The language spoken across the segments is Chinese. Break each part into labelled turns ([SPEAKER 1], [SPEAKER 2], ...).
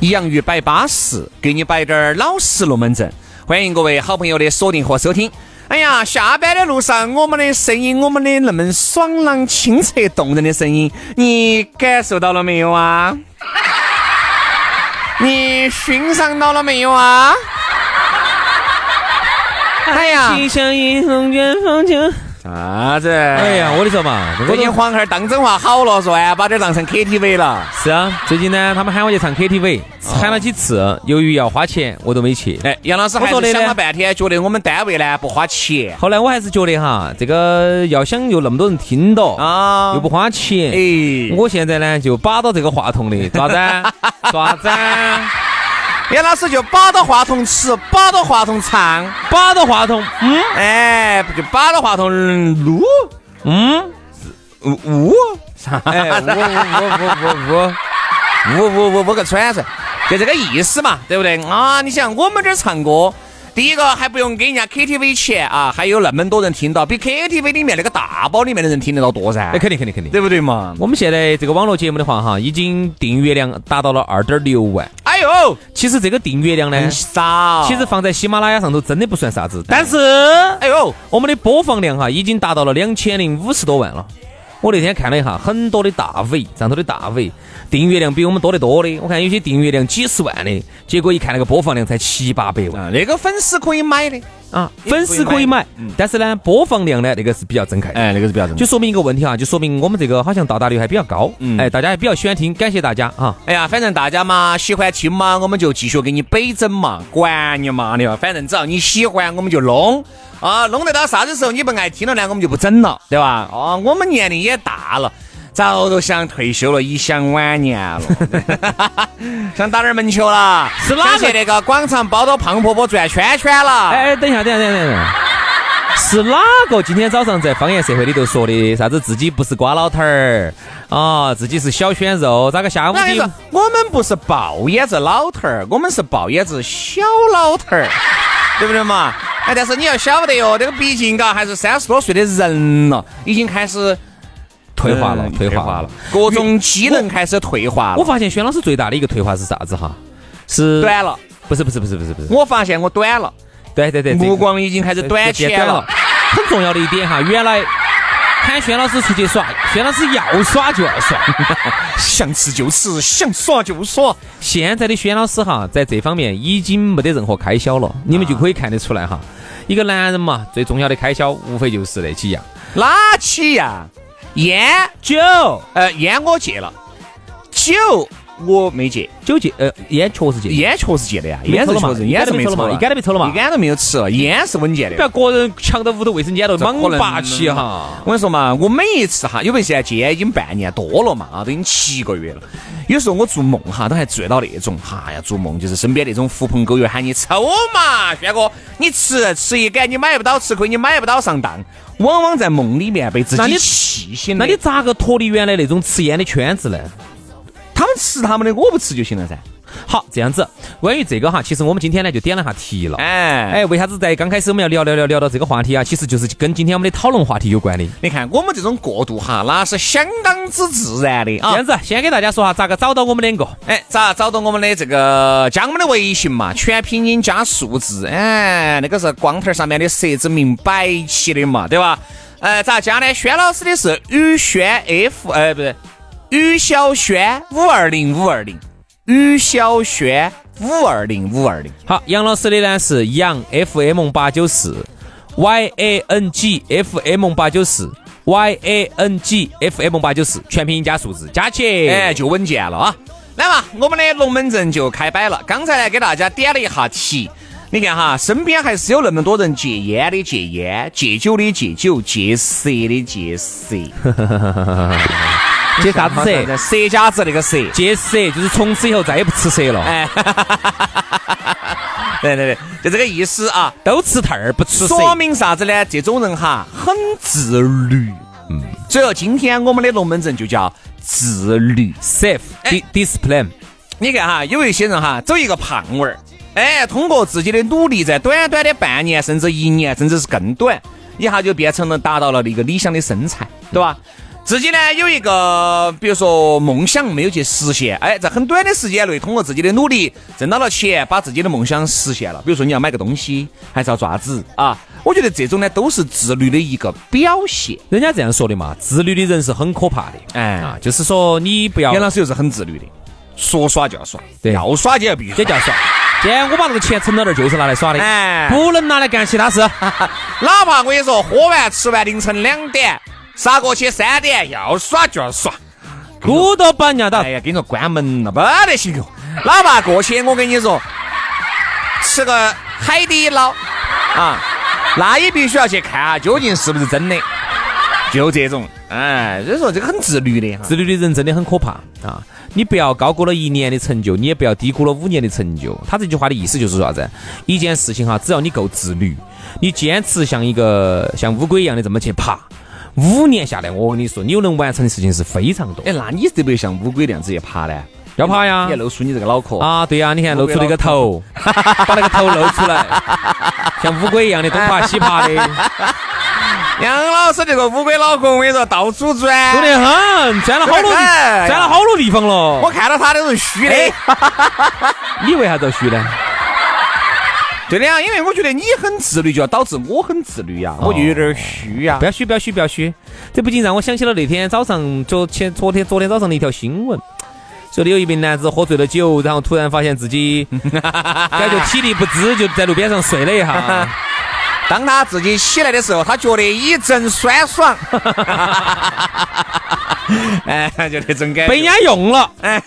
[SPEAKER 1] 洋芋摆巴适，给你摆点儿老实龙门阵。欢迎各位好朋友的锁定和收听。哎呀，下班的路上，我们的声音，我们的那么爽朗、清澈、动人的声音，你感受到了没有 啊？你欣赏到了没有啊？哎呀，
[SPEAKER 2] 相迎龙卷风就。
[SPEAKER 1] 啥子？
[SPEAKER 2] 哎
[SPEAKER 1] 哎呀，
[SPEAKER 2] 呀，我跟你说嘛，我
[SPEAKER 1] 最近黄孩儿当真话好了，说啊，把这当成 KTV 了。
[SPEAKER 2] 是啊，最近呢，他们喊我去唱 KTV，喊了几次，由于要花钱，我都没去。
[SPEAKER 1] 哦哎，杨老师还
[SPEAKER 2] 我说的
[SPEAKER 1] 是
[SPEAKER 2] 呢
[SPEAKER 1] 想了半天，觉得我们单位呢不花钱
[SPEAKER 2] 后来我还是觉得哈，这个要想有那么多人听到
[SPEAKER 1] 啊
[SPEAKER 2] 又不花钱，
[SPEAKER 1] 哎
[SPEAKER 2] 我现在呢就把到这个话 筒的，爪子，爪子，
[SPEAKER 1] 杨老师就把到话筒吃，把到话筒唱，
[SPEAKER 2] 把到话 筒，嗯
[SPEAKER 1] 哎，不就把到话筒撸
[SPEAKER 2] 嗯，
[SPEAKER 1] 呜啥？
[SPEAKER 2] 哎，我我我我
[SPEAKER 1] 呜呜呜呜个喘噻，就这个意思嘛，对不对？啊，你想我们这儿唱歌，第一个还不用给人家 KTV 钱啊，还有那么多人听到，比 KTV 里面那个大包里面的人听得到多噻
[SPEAKER 2] 哎那，肯定肯定肯定。
[SPEAKER 1] 对不对嘛？
[SPEAKER 2] 我们现在这个网络节目的话哈，已经订阅量达到了二点六万。
[SPEAKER 1] 哎呦，
[SPEAKER 2] 其实这个订阅量呢，
[SPEAKER 1] 很少。
[SPEAKER 2] 其实，放在喜马拉雅上头真的不算啥子，但是
[SPEAKER 1] 哎呦，
[SPEAKER 2] 我们的播放量哈已经达到了两千零五十多万了。我那天看了一下，很多的大 V 上头的大 V 订阅量比我们多得多的。我看有些订阅量几十万的，结果一看那个播放量才七八百万
[SPEAKER 1] 啊，那个粉丝可以买的，
[SPEAKER 2] 啊！粉丝可以买，但是呢，播放量呢那个是比较睁开的。
[SPEAKER 1] 哎，那个是不要正
[SPEAKER 2] 就说明一个问题哈，就说明我们这个好像到达率还比较高，哎，大家还比较喜欢听，感谢大家啊！
[SPEAKER 1] 哎呀，反正大家嘛喜欢听嘛，我们就继续给你北整嘛，管你妈的！反正只要你喜欢，我们就弄啊，弄得到啥子时候你不爱听了呢，我们就不整了，对吧？哦，我们年龄也大了，早都想退休了，已享晚年了， 想打点门球了，
[SPEAKER 2] 是哪个
[SPEAKER 1] 想去那个广场包着胖婆婆转圈圈了？
[SPEAKER 2] 哎哎，等一下，等一下，等一下，等一下。是哪个今天早上在方言社会里头说的啥子自己不是瓜老头儿啊，自己是小鲜肉？咋个下午
[SPEAKER 1] 我跟你说
[SPEAKER 2] 的？，
[SPEAKER 1] 我们不是抱眼子老头儿，我们是抱眼子小老头 儿，对不对嘛？哎，但是你要晓得哟，这个毕竟嘎还是三十多岁的人了，已经开始
[SPEAKER 2] 退化了，
[SPEAKER 1] 嗯
[SPEAKER 2] 退化了。
[SPEAKER 1] 各种机能开始退化
[SPEAKER 2] 我
[SPEAKER 1] 了，
[SPEAKER 2] 发现轩老师最大的一个退化是啥子哈？是
[SPEAKER 1] 短了。
[SPEAKER 2] 不是不是不是不是不是，
[SPEAKER 1] 我发现我短了，
[SPEAKER 2] 对对对，这个
[SPEAKER 1] 目光已经开始
[SPEAKER 2] 这
[SPEAKER 1] 短
[SPEAKER 2] 这
[SPEAKER 1] 浅
[SPEAKER 2] 变短
[SPEAKER 1] 了
[SPEAKER 2] 了。。很重要的一点哈，原来喊轩老师出去耍，轩老师要耍就要耍。
[SPEAKER 1] 想吃就吃，想耍就耍。
[SPEAKER 2] 现在的轩老师哈，在这方面已经没得任何开销了，你们就可以看得出来哈。一个男人嘛，最重要的开销无非就是那几样：
[SPEAKER 1] 哪起呀？烟，
[SPEAKER 2] 酒、
[SPEAKER 1] 呃，烟我戒了，酒我没戒。
[SPEAKER 2] 酒戒，呃，烟确实戒。
[SPEAKER 1] 烟确实戒的呀，
[SPEAKER 2] 没
[SPEAKER 1] 烟是
[SPEAKER 2] 抽了
[SPEAKER 1] 确
[SPEAKER 2] 嘛
[SPEAKER 1] 实，烟是没抽了，
[SPEAKER 2] 一杆都没抽了嘛嗯
[SPEAKER 1] 一杆都没有吃了，烟是稳健的。
[SPEAKER 2] 不要个人抢到屋头卫生间头，
[SPEAKER 1] 这可
[SPEAKER 2] 莽
[SPEAKER 1] 能
[SPEAKER 2] 霸气哈！！
[SPEAKER 1] 我跟你说嘛，我每一次哈，因为现在戒烟已经半年多了嘛，啊，都已经七个月了。有时候我做梦哈，都还做到那种哈呀，做梦就是身边那种狐朋狗友喊你抽嘛，轩哥，你吃吃一杆，你买不到吃亏，你买不到上当。往往在梦里面被自
[SPEAKER 2] 那
[SPEAKER 1] 己
[SPEAKER 2] 你
[SPEAKER 1] 气醒的。
[SPEAKER 2] 嗯那你咋个脱离原来那种吃烟的圈子呢？
[SPEAKER 1] 他们吃他们的，我不吃就行了噻。
[SPEAKER 2] 好，这样子，关于这个哈，其实我们今天呢就点了下题了。
[SPEAKER 1] 哎
[SPEAKER 2] 哎，为啥子在刚开始我们要聊聊聊聊到这个话题啊？其实就是跟今天我们的讨论话题有关的。
[SPEAKER 1] 你看我们这种过度哈，那是相当之自然的啊
[SPEAKER 2] 这。样子，先给大家说下咋个找到我们两个。
[SPEAKER 1] 哎，咋找到我们的这个？加我们的微信嘛，全拼音加数字。哎，那个是光头上面的设置名摆起的嘛，对吧？呃，咋加呢？轩老师的是于轩 F，呃，不对，于小轩五二零五二零，于小轩五二零五二零。
[SPEAKER 2] 好，杨老师的呢是杨 FM 八九四，Y A N G F M 八九四，Y A N G F M 八九四，全拼音加数字加起。
[SPEAKER 1] 哎，就稳健了啊！来嘛，我们的龙门阵就开摆了。刚才呢，给大家点了一下题。你看哈，身边还是有那么多人戒烟的戒烟，戒酒的戒酒，戒色的戒色，
[SPEAKER 2] 戒啥子 蛇？
[SPEAKER 1] 色甲子那个色。
[SPEAKER 2] 戒蛇就是从此以后再也不吃蛇了，
[SPEAKER 1] 哎， 对对对，就这个意思啊。
[SPEAKER 2] 都吃兔儿不吃蛇。
[SPEAKER 1] 说明啥子呢？这种人哈，很自律。嗯，所以说今天我们的龙门阵就叫自律。
[SPEAKER 2] safe
[SPEAKER 1] 哎
[SPEAKER 2] di- discipline。
[SPEAKER 1] 你看哈，有一些人哈，走一个胖娃儿，哎，通过自己的努力，在短短的半年，甚至一年，甚至是更短，一
[SPEAKER 2] 嗯
[SPEAKER 1] 下就变成了达到了一个理想的身材，对吧？自己呢有一个，比如说梦想没有去实现，哎，在很短的时间内，通过自己的努力挣到了钱，把自己的梦想实现了。比如说你要买个东西，还是要爪子啊？我觉得这种呢都是自律的一个表现。
[SPEAKER 2] 人家这样说的嘛，自律的人是很可怕的。
[SPEAKER 1] 哎
[SPEAKER 2] 啊，就是说你不要
[SPEAKER 1] 杨，老师又是很自律的，说耍就要耍，
[SPEAKER 2] 对
[SPEAKER 1] 要耍就要必须
[SPEAKER 2] 这叫耍。今天我把这个钱存到这儿，就是拿来耍的，
[SPEAKER 1] 哎
[SPEAKER 2] 不能拿来干其 他事。
[SPEAKER 1] 哪怕啊我跟你说，喝完吃完凌晨两点，杀过去三点，要耍就要耍。
[SPEAKER 2] 骨都把人家打
[SPEAKER 1] 哎，呀，跟你说关门了，没得行头。哪怕过去，我跟你说，吃个海底捞啊，那也必须要去看下究竟是不是真的。就这种，哎，所以说这个很自律的哈。
[SPEAKER 2] 自律的人真的很可怕啊！你不要高估了一年的成就，你也不要低估了五年的成就。他这句话的意思就是啥子？一件事情哈，只要你够自律，你坚持像一个像乌龟一样的这么去爬，五年下来，我跟你说，你又能完成的事情是非常多。
[SPEAKER 1] 哎，那你得不得像乌龟那样子去爬呢？
[SPEAKER 2] 要爬呀
[SPEAKER 1] 你还露出你这个脑壳。
[SPEAKER 2] 啊，对呀、你看露出那个头， 把那个头露出来，像乌龟一样的东爬西爬的，
[SPEAKER 1] 杨老师这个乌龟脑壳，我跟你说到处钻。
[SPEAKER 2] 多得很，钻嗯了好多地，
[SPEAKER 1] 哎哎呀
[SPEAKER 2] 钻了好多地方了
[SPEAKER 1] 我。看到他都是虚的。
[SPEAKER 2] 你为啥子要虚呢？
[SPEAKER 1] 对的呀，因为我觉得你很自律，就要导致我很自律呀，我就有点虚啊呀
[SPEAKER 2] 不。要虚，不要虚，不要虚。这不禁让我想起了那天早上，昨前昨天昨天早上的一条新闻，说的有一名男子喝醉了酒，然后突然发现自 己感觉体力不支，就在路边上睡了 一下。
[SPEAKER 1] 当他自己起来的时候，他觉得一阵酸爽， 哎，就那种感
[SPEAKER 2] 被人
[SPEAKER 1] 觉。
[SPEAKER 2] 家用了，
[SPEAKER 1] 哎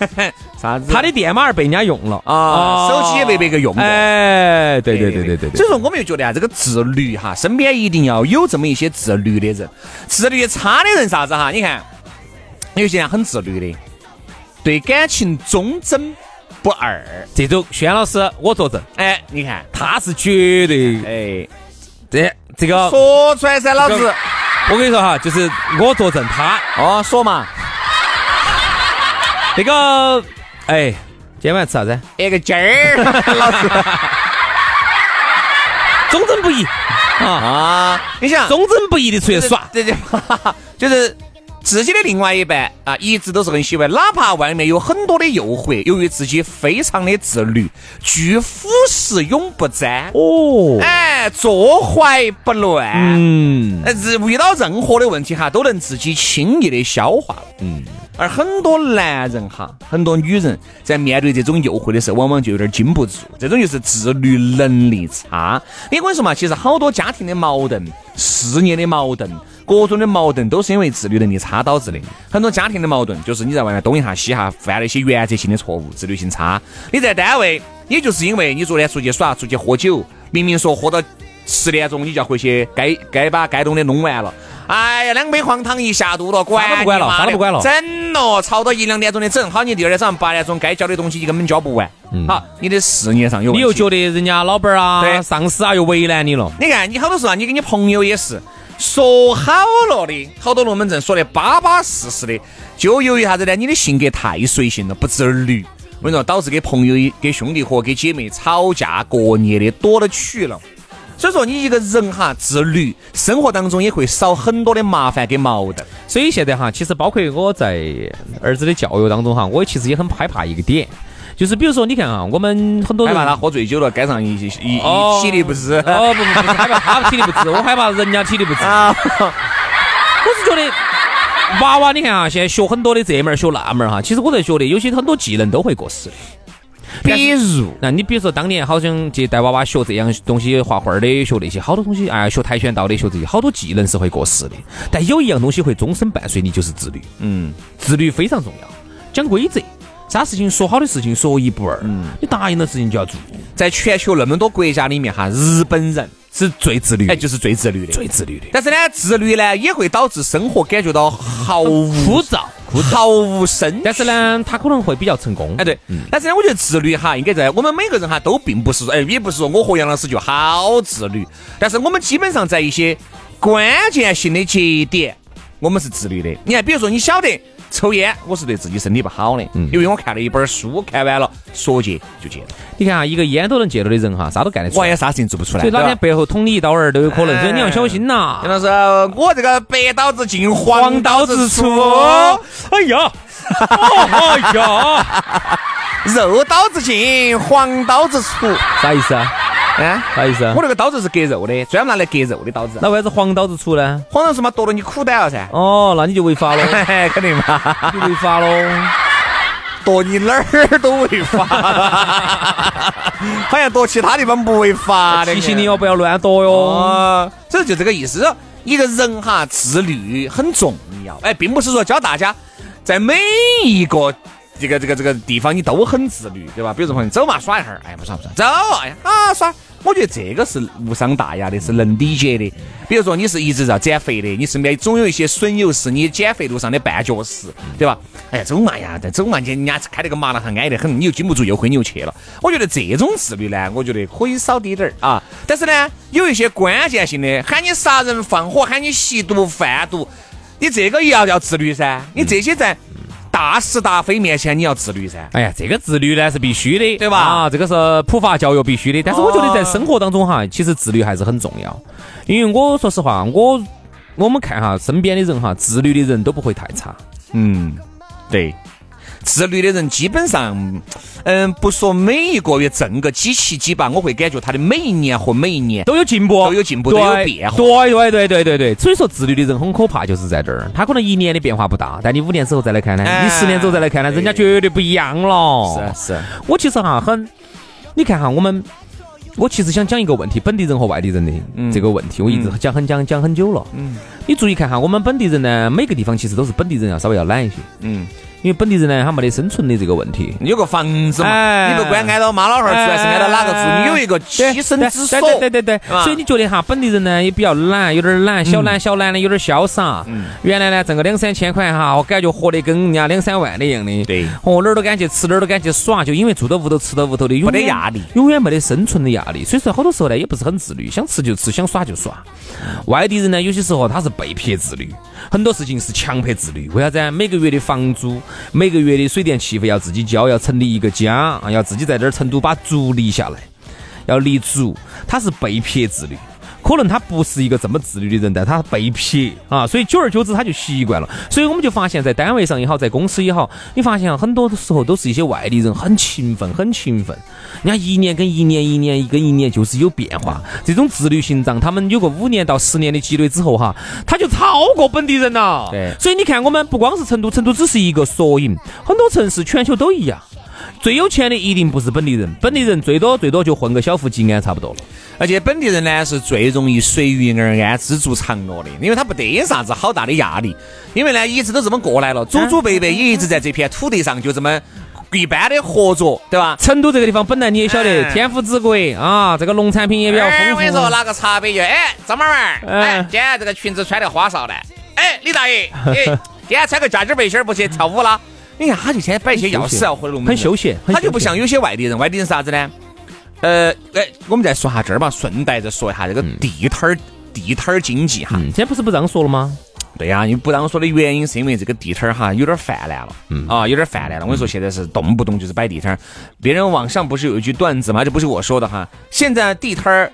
[SPEAKER 1] 啥子？
[SPEAKER 2] 他的电马儿被人家用了
[SPEAKER 1] 啊，手机也被别个用过。
[SPEAKER 2] 哎，对对对对对
[SPEAKER 1] 所
[SPEAKER 2] 对，
[SPEAKER 1] 以说，我们就觉得啊，这个自律哈，身边一定要有这么一些自律的人。自律差的人啥子哈？你看，有些人很自律的，对感情忠贞不二。
[SPEAKER 2] 这种轩老师我作证，
[SPEAKER 1] 哎，你看，
[SPEAKER 2] 他是绝对
[SPEAKER 1] 哎，
[SPEAKER 2] 这这个，
[SPEAKER 1] 说出来噻，老子。
[SPEAKER 2] 我跟你说哈，就是我作证他
[SPEAKER 1] 哦，说嘛，
[SPEAKER 2] 这个，哎，今天晚上吃啥子？
[SPEAKER 1] 那哎个鸡儿， 老师
[SPEAKER 2] 忠贞不一啊。
[SPEAKER 1] 啊，你想
[SPEAKER 2] 忠贞不义的出去耍，
[SPEAKER 1] 这就就是自己的另外一半啊，一直都是很喜欢，哪怕外面有很多的诱惑，由于自己非常的自律，拒腐蚀永不沾，
[SPEAKER 2] 哦，
[SPEAKER 1] 哎，坐怀不乱。
[SPEAKER 2] 嗯，
[SPEAKER 1] 呃，是遇到任何的问题哈，都能自己轻易的消化了。嗯，而很多男人哈，很多女人在面对这种诱惑的时候，往往就有点经不住。这种就是自律能力差。你跟你说嘛，其实好多家庭的矛盾、事业的矛盾、各种的矛盾，都是因为自律能力差导致的。很多家庭的矛盾就是你在外面东一下西一下，犯了一些原则性的错误，自律性差。你在单位，也就是因为你昨天出去耍、出去喝酒，明明说喝到。十点钟你就要回去，该该把该弄的弄完了。哎呀，两杯黄汤一下肚了，管
[SPEAKER 2] 啥都不管了
[SPEAKER 1] 你妈的
[SPEAKER 2] 啥都不管了
[SPEAKER 1] 整咯，吵到一两点钟的整，好，你第二天早上八点钟该交的东西就根本交不完。好，你的事业上有问
[SPEAKER 2] 嗯
[SPEAKER 1] 题
[SPEAKER 2] 你又觉得人家老板儿啊、
[SPEAKER 1] 对
[SPEAKER 2] 上司啊又为难你了，
[SPEAKER 1] 你看，你好多时候啊，你跟你朋友也是说好了的，好多龙门阵说的巴巴适适的，就由于啥子呢？你的性格太随性了，不自律。我跟你说，导致给朋友、给兄弟伙、给姐妹吵架过年的多了去了。所以说，你一个人哈自律，生活当中也会少很多的麻烦跟矛盾。
[SPEAKER 2] 所以现在哈，其实包括我在儿子的教育当中哈，我其实也很害怕一个点，就是比如说你看啊，我们很多
[SPEAKER 1] 害
[SPEAKER 2] 人
[SPEAKER 1] 怕他喝醉酒了，街上一一一
[SPEAKER 2] 哦
[SPEAKER 1] 体力不支。
[SPEAKER 2] 哦不不不，害怕他体力不支，我害怕人家体力不支。
[SPEAKER 1] 啊，
[SPEAKER 2] 我是觉得。娃娃，你看啊，现在学很多的这门儿学那门儿哈，其实我在觉得有些很多技能都会过时的。
[SPEAKER 1] 比如
[SPEAKER 2] 那你比如说当年好像去带娃娃学这样东西，画画儿的，学那些好多东西，哎，学跆拳道的，学这些好多技能是会过时的。但有一样东西会终身伴随你，就是自律。
[SPEAKER 1] 嗯，
[SPEAKER 2] 自律非常重要，讲规则，啥事情说好的事情说一不二，
[SPEAKER 1] 嗯
[SPEAKER 2] 你答应的事情就要做，
[SPEAKER 1] 在全球那么多国家里面哈，日本人
[SPEAKER 2] 是最自律的，
[SPEAKER 1] 哎就是最自律的。
[SPEAKER 2] 最自律的。
[SPEAKER 1] 但是呢，自律呢也会导致生活感觉到毫无
[SPEAKER 2] 枯燥，
[SPEAKER 1] 毫无生。
[SPEAKER 2] 但是，嗯呢，他可能会比较成功。
[SPEAKER 1] 哎对，但是呢，我觉得自律哈，应该在我们每个人哈都并不是说，哎，也不是说我和杨老师就好自律，但是我们基本上在一些关键性的节点，我们是自律的。你看，比如说你晓得。抽烟，我是对自己身体不好的，因为我看了一本书，看完了说戒就戒了，
[SPEAKER 2] 你嗯看啊，一个烟都能戒了的人哈，啥都干得出
[SPEAKER 1] 我好
[SPEAKER 2] 来。
[SPEAKER 1] 像啥事情做不出来。
[SPEAKER 2] 所以哪
[SPEAKER 1] 对吧
[SPEAKER 2] 天背后捅你一刀儿都有可能，
[SPEAKER 1] 哎
[SPEAKER 2] 所以你要小心呐。
[SPEAKER 1] 杨老师，我这个白刀子进黄刀子出，哦
[SPEAKER 2] 哎呀，哎 呀，
[SPEAKER 1] 肉刀子进黄刀子出。
[SPEAKER 2] 啥意思啊？
[SPEAKER 1] 啊，
[SPEAKER 2] 啥意思啊
[SPEAKER 1] 我？那个刀子是割肉的，专门拿来割肉的刀子。
[SPEAKER 2] 那为啥子黄刀子出呢？
[SPEAKER 1] 黄刀子嘛，剁了你裤裆了噻。
[SPEAKER 2] 哦，那你就违法喽，
[SPEAKER 1] 肯定嘛，
[SPEAKER 2] 你就违 法喽。
[SPEAKER 1] 剁你哪儿都违法， 好像剁其他地方不违法 的。
[SPEAKER 2] 提醒你哦，不要乱躲哟。
[SPEAKER 1] 哦，所以就这个意思。一个人哈，自律很重要。哎，并不是说教大家在每一个这个这个这个地方你都很自律，对吧？比如说朋友走嘛耍一会儿，哎不耍不耍，走哎呀啊耍。我觉得这个是无伤大雅的，是能理解的。比如说你是一直要减肥的，你身边总有一些损友是你减肥路上的绊脚石，对吧？哎呀，走嘛呀，走嘛，人家开了个麻辣烫，安得很，你又禁不住又挥牛去了。我觉得这种自律呢，我觉得可以少滴点儿啊。但是呢，有一些关键性的，喊你杀人放火，喊你吸毒贩毒，你这个也要要自律噻。你这些在大是大非面前，你要自律�噻。
[SPEAKER 2] 哎呀，这个自律呢是必须的，
[SPEAKER 1] 对吧
[SPEAKER 2] 啊，这个是普法教育必须的。但是我觉得在生活当中哈，其实自律还是很重要。因为我说实话，我我们看哈身边的人哈，自律的人都不会太差。
[SPEAKER 1] 嗯，对。自律的人基本上，嗯，不说每一个月挣个几七几八，我会感觉他的每一年和每一年
[SPEAKER 2] 都有进步，
[SPEAKER 1] 都有进步
[SPEAKER 2] 对
[SPEAKER 1] 都有变化
[SPEAKER 2] 对对对对对对，所以说自律的人很可怕，就是在这儿。他可能一年的变化不大，但你五年之后再来看呢，
[SPEAKER 1] 哎
[SPEAKER 2] 你十年之后再来看呢，人家绝对不一样了。
[SPEAKER 1] 是哦是，
[SPEAKER 2] 我其实哈很，你看哈我们。我其实想讲一个问题，本地人和外地人的
[SPEAKER 1] 嗯
[SPEAKER 2] 这个问题，我一直讲很讲讲很久了。嗯，你注意看哈，我们本地人呢，每个地方其实都是本地人要稍微要懒一些，
[SPEAKER 1] 嗯，
[SPEAKER 2] 因为本地人呢，他没得生存的这个问题。
[SPEAKER 1] 有个房子嘛，
[SPEAKER 2] 哎
[SPEAKER 1] 你不管挨到妈老汉儿住，还是挨到哪个住，
[SPEAKER 2] 哎
[SPEAKER 1] 你有一个栖身之所。
[SPEAKER 2] 对对对对
[SPEAKER 1] 吧嗯
[SPEAKER 2] 对，所以你觉得哈，本地人呢也比较懒，有点懒，小懒小懒的，有点潇洒。原来呢挣个两三千块哈，我感觉活得跟人家两三万的一样的。
[SPEAKER 1] 对
[SPEAKER 2] 哦，哪儿都敢去吃，哪儿都敢去耍，就因为住到屋头吃到屋头的，永
[SPEAKER 1] 没
[SPEAKER 2] 远
[SPEAKER 1] 得压力，
[SPEAKER 2] 永远没得生存的压力。所以说，好多时候呢也不是很自律，想吃就吃，想耍就耍。外地人呢，有些时候他是被迫自律，很多事情是强迫自律。为啥子啊？每个月的房租，每个月的水电气费要自己交，要成立一个家，啊要自己在这儿成都把族立下来。要立足，他是被迫自律。可能他不是一个这么自律的人，但他被迫啊，所以久而久之他就习惯了。所以我们就发现，在单位上也好，在公司也好，你发现很多时候都是一些外地人，很勤奋，很勤奋。人家一年跟一年，一年跟一年就是有变化。这种自律性让他们有个五年到十年的积累之后哈，他就超过本地人了。
[SPEAKER 1] 对
[SPEAKER 2] 所以你看，我们不光是成都，成都只是一个缩影，很多城市全球都一样。最有钱的一定不是本地人，本地人最多最多就混个小富即安差不多了。
[SPEAKER 1] 而且本地人呢是最容易随遇而安、知足常乐的，因为他不得啥子好大的压力，因为呢一直都这么过来了，祖祖辈
[SPEAKER 2] 嗯
[SPEAKER 1] 辈也一直在这片土地上就这么一般的活着，对吧？
[SPEAKER 2] 成都这个地方本来你也晓得，
[SPEAKER 1] 哎
[SPEAKER 2] 天府之国啊，这个农产品也比较
[SPEAKER 1] 哎，
[SPEAKER 2] 丰
[SPEAKER 1] 我
[SPEAKER 2] 富
[SPEAKER 1] 跟你。说，拿个茶杯就哎，张妈妈儿，哎
[SPEAKER 2] 哎，
[SPEAKER 1] 今天这个裙子穿的花哨的，哎，李大爷，哎， 今天穿个夹脚背心儿不去跳舞哎啦？你看他就天天摆一些要死要活的龙门阵
[SPEAKER 2] 很休闲很
[SPEAKER 1] 他就不
[SPEAKER 2] 休闲
[SPEAKER 1] 像有些外地人，外地人啥子呢？呃，哎，我们再说下这儿嘛，顺带着说一下这个地摊儿、地摊儿经济哈。
[SPEAKER 2] 嗯嗯，现在不是不让说了吗？
[SPEAKER 1] 对呀、你不让我说的原因是因为这个地摊儿哈有点泛滥了，啊，有点泛滥了。我跟你说，现在是动不动就是摆地摊儿。别人网上不是有一句段子吗？这不是我说的哈。现在地摊儿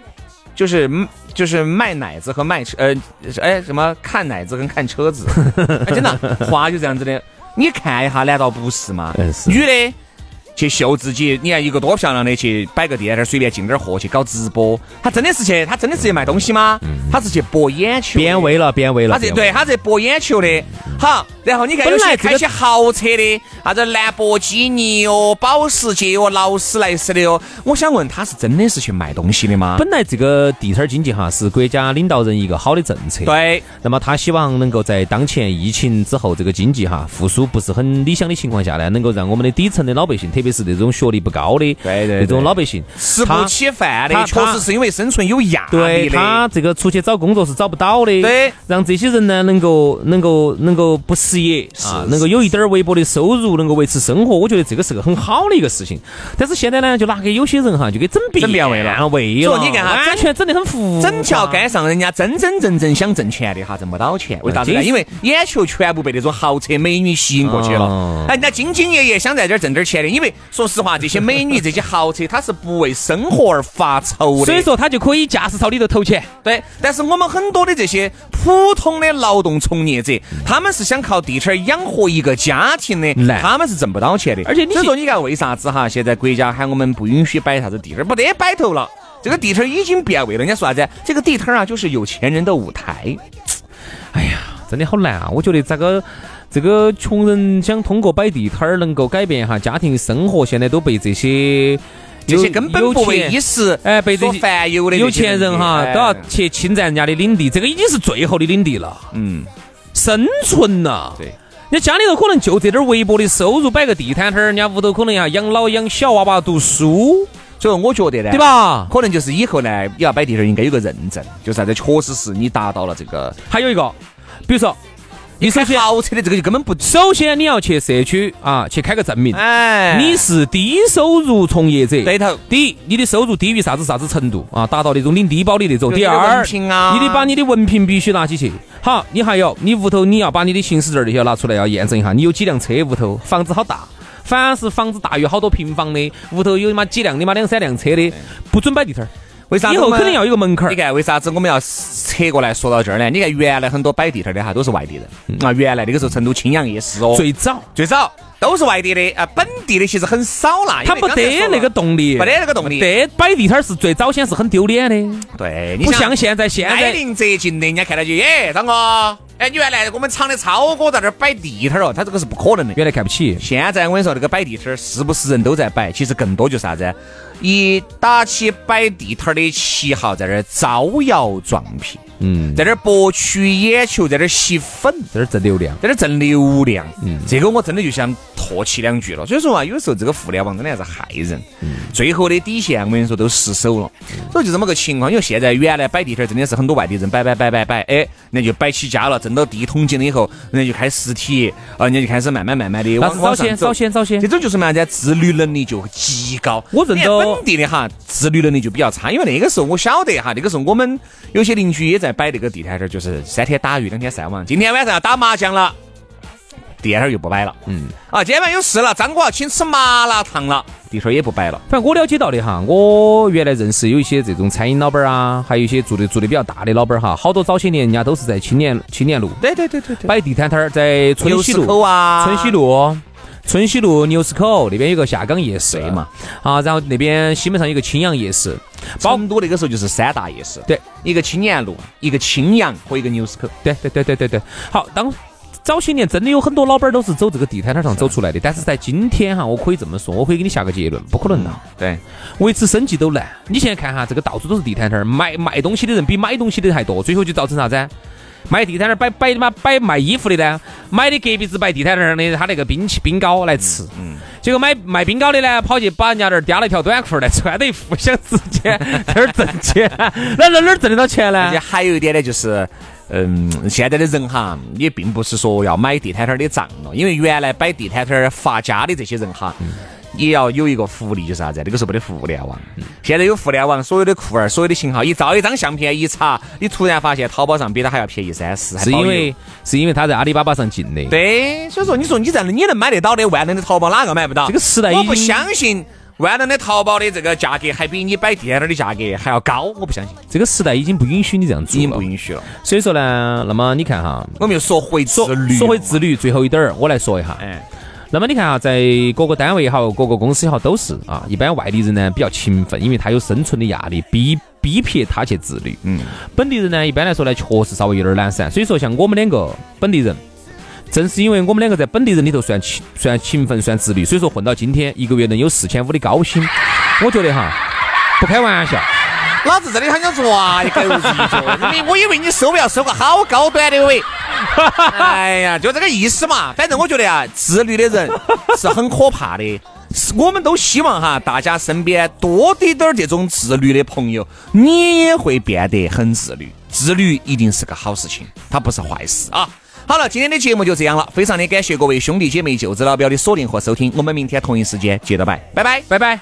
[SPEAKER 1] 就是嗯就是卖奶子和卖车，呃，哎什么看奶子跟看车 子，哎、真的话就这样子的。你看一下，难道不是吗？
[SPEAKER 2] 嗯是
[SPEAKER 1] 女的去秀自己。你看一个多漂亮的，去摆个店那儿随便进点儿货，去搞直播。他真的是去，他真的是去卖东西吗？他是去博眼球的，
[SPEAKER 2] 变味了，变味了。
[SPEAKER 1] 他这
[SPEAKER 2] 变味
[SPEAKER 1] 对他这博眼球的，好，然后你看
[SPEAKER 2] 本
[SPEAKER 1] 有
[SPEAKER 2] 来
[SPEAKER 1] 些
[SPEAKER 2] 这个
[SPEAKER 1] 开起豪车的，啥子兰博基尼哟、保时捷哟、劳斯莱斯的哟，我想问他是真的是去卖东西的吗？
[SPEAKER 2] 本来这个地摊儿经济哈是国家领导人一个好的政策，
[SPEAKER 1] 对，
[SPEAKER 2] 那么他希望能够在当前疫情之后，这个经济哈复苏不是很理想的情况下呢，能够让我们的底层的老百姓，特别是这种学历不高的，
[SPEAKER 1] 对对
[SPEAKER 2] 这种
[SPEAKER 1] 对
[SPEAKER 2] 老百姓，
[SPEAKER 1] 吃不
[SPEAKER 2] 他
[SPEAKER 1] 起饭
[SPEAKER 2] 他
[SPEAKER 1] 的，确
[SPEAKER 2] 他
[SPEAKER 1] 实是因为生存有压
[SPEAKER 2] 对
[SPEAKER 1] 力
[SPEAKER 2] 他
[SPEAKER 1] 的。
[SPEAKER 2] 这个出去找工作是找不到的，
[SPEAKER 1] 对，
[SPEAKER 2] 让这些人呢能够能够能够不失业啊，能够有一点儿微薄的收入，能够维持生活，我觉得这个是个很好的一个事情。但是现在呢，就拿给有些人哈，就给整
[SPEAKER 1] 整变味了
[SPEAKER 2] 味了，
[SPEAKER 1] 所以你看哈
[SPEAKER 2] 完全整得很浮，
[SPEAKER 1] 整条街。上人家真真正正想挣钱的哈，挣不到钱，为啥子
[SPEAKER 2] 嗯
[SPEAKER 1] 呢？
[SPEAKER 2] 这
[SPEAKER 1] 因为眼球全部被那种豪车美女吸引过去
[SPEAKER 2] 哦
[SPEAKER 1] 了。哎，人家兢兢业业想在这儿挣点儿钱的，因为说实话，这些美女、这些豪车，它是不为生活而发愁的。
[SPEAKER 2] 所以说他就可以驾驶槽里头投钱，
[SPEAKER 1] 对，但是我们很多的这些普通的劳动从业者，他们是想靠地摊儿养活一个家庭的
[SPEAKER 2] 来，
[SPEAKER 1] 他们是挣不到钱的。
[SPEAKER 2] 而且你
[SPEAKER 1] 所以
[SPEAKER 2] 去
[SPEAKER 1] 说，你看为啥子哈？现在国家喊我们不允许摆啥子地摊儿，不得摆头了。这个地摊儿已经变味了，人家说啥子？这个地摊儿啊，就是有钱人的舞台。
[SPEAKER 2] 真的好难啊！我觉得这个这个穷人想通过摆地摊儿能够改变一下家庭生活，现在都被这些
[SPEAKER 1] 这些
[SPEAKER 2] 有
[SPEAKER 1] 根本
[SPEAKER 2] 有
[SPEAKER 1] 不为
[SPEAKER 2] 钱
[SPEAKER 1] 衣食
[SPEAKER 2] 哎，被这
[SPEAKER 1] 所
[SPEAKER 2] 些
[SPEAKER 1] 烦忧的
[SPEAKER 2] 有
[SPEAKER 1] 这些
[SPEAKER 2] 钱人哈
[SPEAKER 1] 哎
[SPEAKER 2] 都要去侵占人家的领地，这个已经是最后的领地了，
[SPEAKER 1] 嗯，
[SPEAKER 2] 生存呐。
[SPEAKER 1] 对。
[SPEAKER 2] 人家家里头可能就这点儿微薄的收入，摆个地摊摊儿，人家屋头可能要养老养小娃娃读书，
[SPEAKER 1] 所以我觉得呢，
[SPEAKER 2] 对？吧？
[SPEAKER 1] 可能就是以后呢，你要摆地摊儿应该有个认证，就是啥子，确实是你达到了这个
[SPEAKER 2] 还有一个，比如说，你首
[SPEAKER 1] 开
[SPEAKER 2] 先
[SPEAKER 1] 豪车的这个就根本不
[SPEAKER 2] 首先你要去社区啊，去开个证明，
[SPEAKER 1] 哎
[SPEAKER 2] 你是低收入从业者。
[SPEAKER 1] 对头。
[SPEAKER 2] 第一，你的收入低于啥子啥子程度啊？达到那种领低保的那种。
[SPEAKER 1] 就是
[SPEAKER 2] 第
[SPEAKER 1] 你的
[SPEAKER 2] 二，
[SPEAKER 1] 文凭啊
[SPEAKER 2] 你得把你的文凭必须拿起去。好，你还有，你屋头你要把你的行驶证儿那些要拿出来，要验证一下，你有几辆车屋头，房子好大。凡是房子大于好多平方的，屋头有你妈几辆，你妈两三辆车的，不准摆地摊儿。
[SPEAKER 1] 为啥子
[SPEAKER 2] 以后
[SPEAKER 1] 我们
[SPEAKER 2] 肯定要有一个门槛儿
[SPEAKER 1] 你看为啥子我们要扯过来说到这儿呢？你看原来很多摆地摊的哈都是外地人啊，原来那个时候成都青阳夜市哦，
[SPEAKER 2] 嗯最早
[SPEAKER 1] 最早都是外地的啊，本地的其实很少啦，因为
[SPEAKER 2] 他
[SPEAKER 1] 哎
[SPEAKER 2] 没
[SPEAKER 1] 刚才说
[SPEAKER 2] 得
[SPEAKER 1] 了
[SPEAKER 2] 那个动力，
[SPEAKER 1] 没得那个动力
[SPEAKER 2] 得摆地摊儿是最早先是很丢脸的。
[SPEAKER 1] 对，你
[SPEAKER 2] 不
[SPEAKER 1] 想
[SPEAKER 2] 像现在，现
[SPEAKER 1] 挨
[SPEAKER 2] 在
[SPEAKER 1] 邻则近的，人家看到就耶，张哥，哎，你原来我们厂的超哥在这儿摆地摊儿哦，他这个是不可能的。
[SPEAKER 2] 原来看不起，
[SPEAKER 1] 现在我跟你说，这个摆地摊儿是不是人都在摆？其实更多就是啥子，一打起摆地摊儿的旗号，在这儿招摇撞骗。
[SPEAKER 2] 嗯，
[SPEAKER 1] 在这儿博取眼球，在这儿吸粉，
[SPEAKER 2] 这是正流量。
[SPEAKER 1] 在这儿挣流量。嗯，这个我真的就想唾弃两句了。所以说啊，有时候这个互联网真的还是害人，最后的底线我跟你说都失守了。所以就这么个情况。因为现在原来摆地摊儿真的是很多外地人摆摆摆摆摆，哎，人家就摆起家了，挣到第一桶金了以后，人家就开实体，啊，人家就开始慢慢慢慢的
[SPEAKER 2] 那
[SPEAKER 1] 往
[SPEAKER 2] 是早
[SPEAKER 1] 往上
[SPEAKER 2] 先
[SPEAKER 1] 走
[SPEAKER 2] 早。先早先
[SPEAKER 1] 这，种就是嘛，人家自律能力就极高。
[SPEAKER 2] 我认
[SPEAKER 1] 你
[SPEAKER 2] 得
[SPEAKER 1] 看本地的哈，自律能力就比较差，因为那个时候我晓得哈，那个时候我们有些邻居也在摆那个地摊摊儿，就是三天打鱼两天晒网，今天晚上要打麻将了。地摊儿就不摆了，嗯，啊，今天晚上有事了，张哥要请吃麻辣烫了，地摊儿也不摆了。
[SPEAKER 2] 反正我了解到的哈，我原来认识有一些这种餐饮老板儿啊，还有一些做的做的比较大的老板儿哈，好多早些年人家都是在青年青年路
[SPEAKER 1] 对对对对对，
[SPEAKER 2] 摆地摊摊儿，在春
[SPEAKER 1] 牛
[SPEAKER 2] 熙
[SPEAKER 1] 市
[SPEAKER 2] 路
[SPEAKER 1] 口啊，
[SPEAKER 2] 春熙路。春熙路牛市口那边有个下岗夜市
[SPEAKER 1] 对嘛，
[SPEAKER 2] 啊，然后那边西门上有个青阳夜市，包
[SPEAKER 1] 成都那个时候就是三大夜市，
[SPEAKER 2] 对，
[SPEAKER 1] 一个青年路，一个青阳和一个牛市口。
[SPEAKER 2] 对对对对对对，好，当早些年真的有很多老板儿都是走这个地摊摊儿上走出来的，但是在今天哈，我可以这么说，我可以给你下个结论，不可能的。
[SPEAKER 1] 对，
[SPEAKER 2] 维持生计都难。你现在看哈，这个到处都是地摊摊儿，卖卖东西的人比买东西的人还多，最后就造成啥子啊？卖地摊摊儿摆摆嘛摆卖衣服的呢，买的隔壁子摆地摊摊儿的，他那个冰淇冰糕来吃，嗯，结果买卖冰糕的呢，跑去把人家那儿叼了一条短裤儿来穿的，互相之间在那儿挣钱，哪哪哪儿挣得到钱呢
[SPEAKER 1] 而且？还有一点呢，就是，嗯，现在的人哈，也并不是说要买地摊摊儿的账了，因为原来摆地摊摊儿发家的这些人哈。也要有一个福利，就是啥子？那个时候没得互联网，现在有互联网，所有的酷儿，所有的型号，一照一张相片一查，你突然发现淘宝上比他还要便宜三十，还
[SPEAKER 2] 是
[SPEAKER 1] 包
[SPEAKER 2] 因
[SPEAKER 1] 邮
[SPEAKER 2] 为是因为他在阿里巴巴上进的，
[SPEAKER 1] 对，所以说你说你在你能买得到的万能的淘宝哪个买不到？
[SPEAKER 2] 这个时代已
[SPEAKER 1] 我不
[SPEAKER 2] 经
[SPEAKER 1] 相信万能的淘宝的这个价格还比你摆地摊摊儿的价格还要高，我不相信，
[SPEAKER 2] 这个时代已经不允许你这样
[SPEAKER 1] 已
[SPEAKER 2] 做
[SPEAKER 1] 经不
[SPEAKER 2] 了。
[SPEAKER 1] 允许了。
[SPEAKER 2] 所以说呢，那么你看哈，
[SPEAKER 1] 我们又说回自
[SPEAKER 2] 说
[SPEAKER 1] 律，
[SPEAKER 2] 说回自律最后一点儿，我来说一下。
[SPEAKER 1] 哎，
[SPEAKER 2] 那么你看啊，在各个单位也好，各个公司也好，都是啊，一般外地人呢比较勤奋，因为他有生存的压力，逼逼迫他去自律。嗯，本地人呢，一般来说呢，确实稍微有点懒散。所以说，像我们两个本地人，正是因为我们两个在本地人里头算勤、算勤奋、算自律，所以说混到今天，一个月能有四千五的高薪，我觉得哈，不开玩笑。
[SPEAKER 1] 老子真的很想抓一狗子一脚，你啊我以为你收不要收个好高端的喂。哎呀，就这个意思嘛。反正我觉得啊，自律的人是很可怕的。是我们都希望哈，大家身边多滴点儿这种自律的朋友，你也会变得很自律。自律一定是个好事情，它不是坏事啊。好了，今天的节目就这样了，非常的感谢各位兄弟姐妹、舅子老表的锁定和收听，我们明天同一时间接着拜，拜拜，
[SPEAKER 2] 拜拜。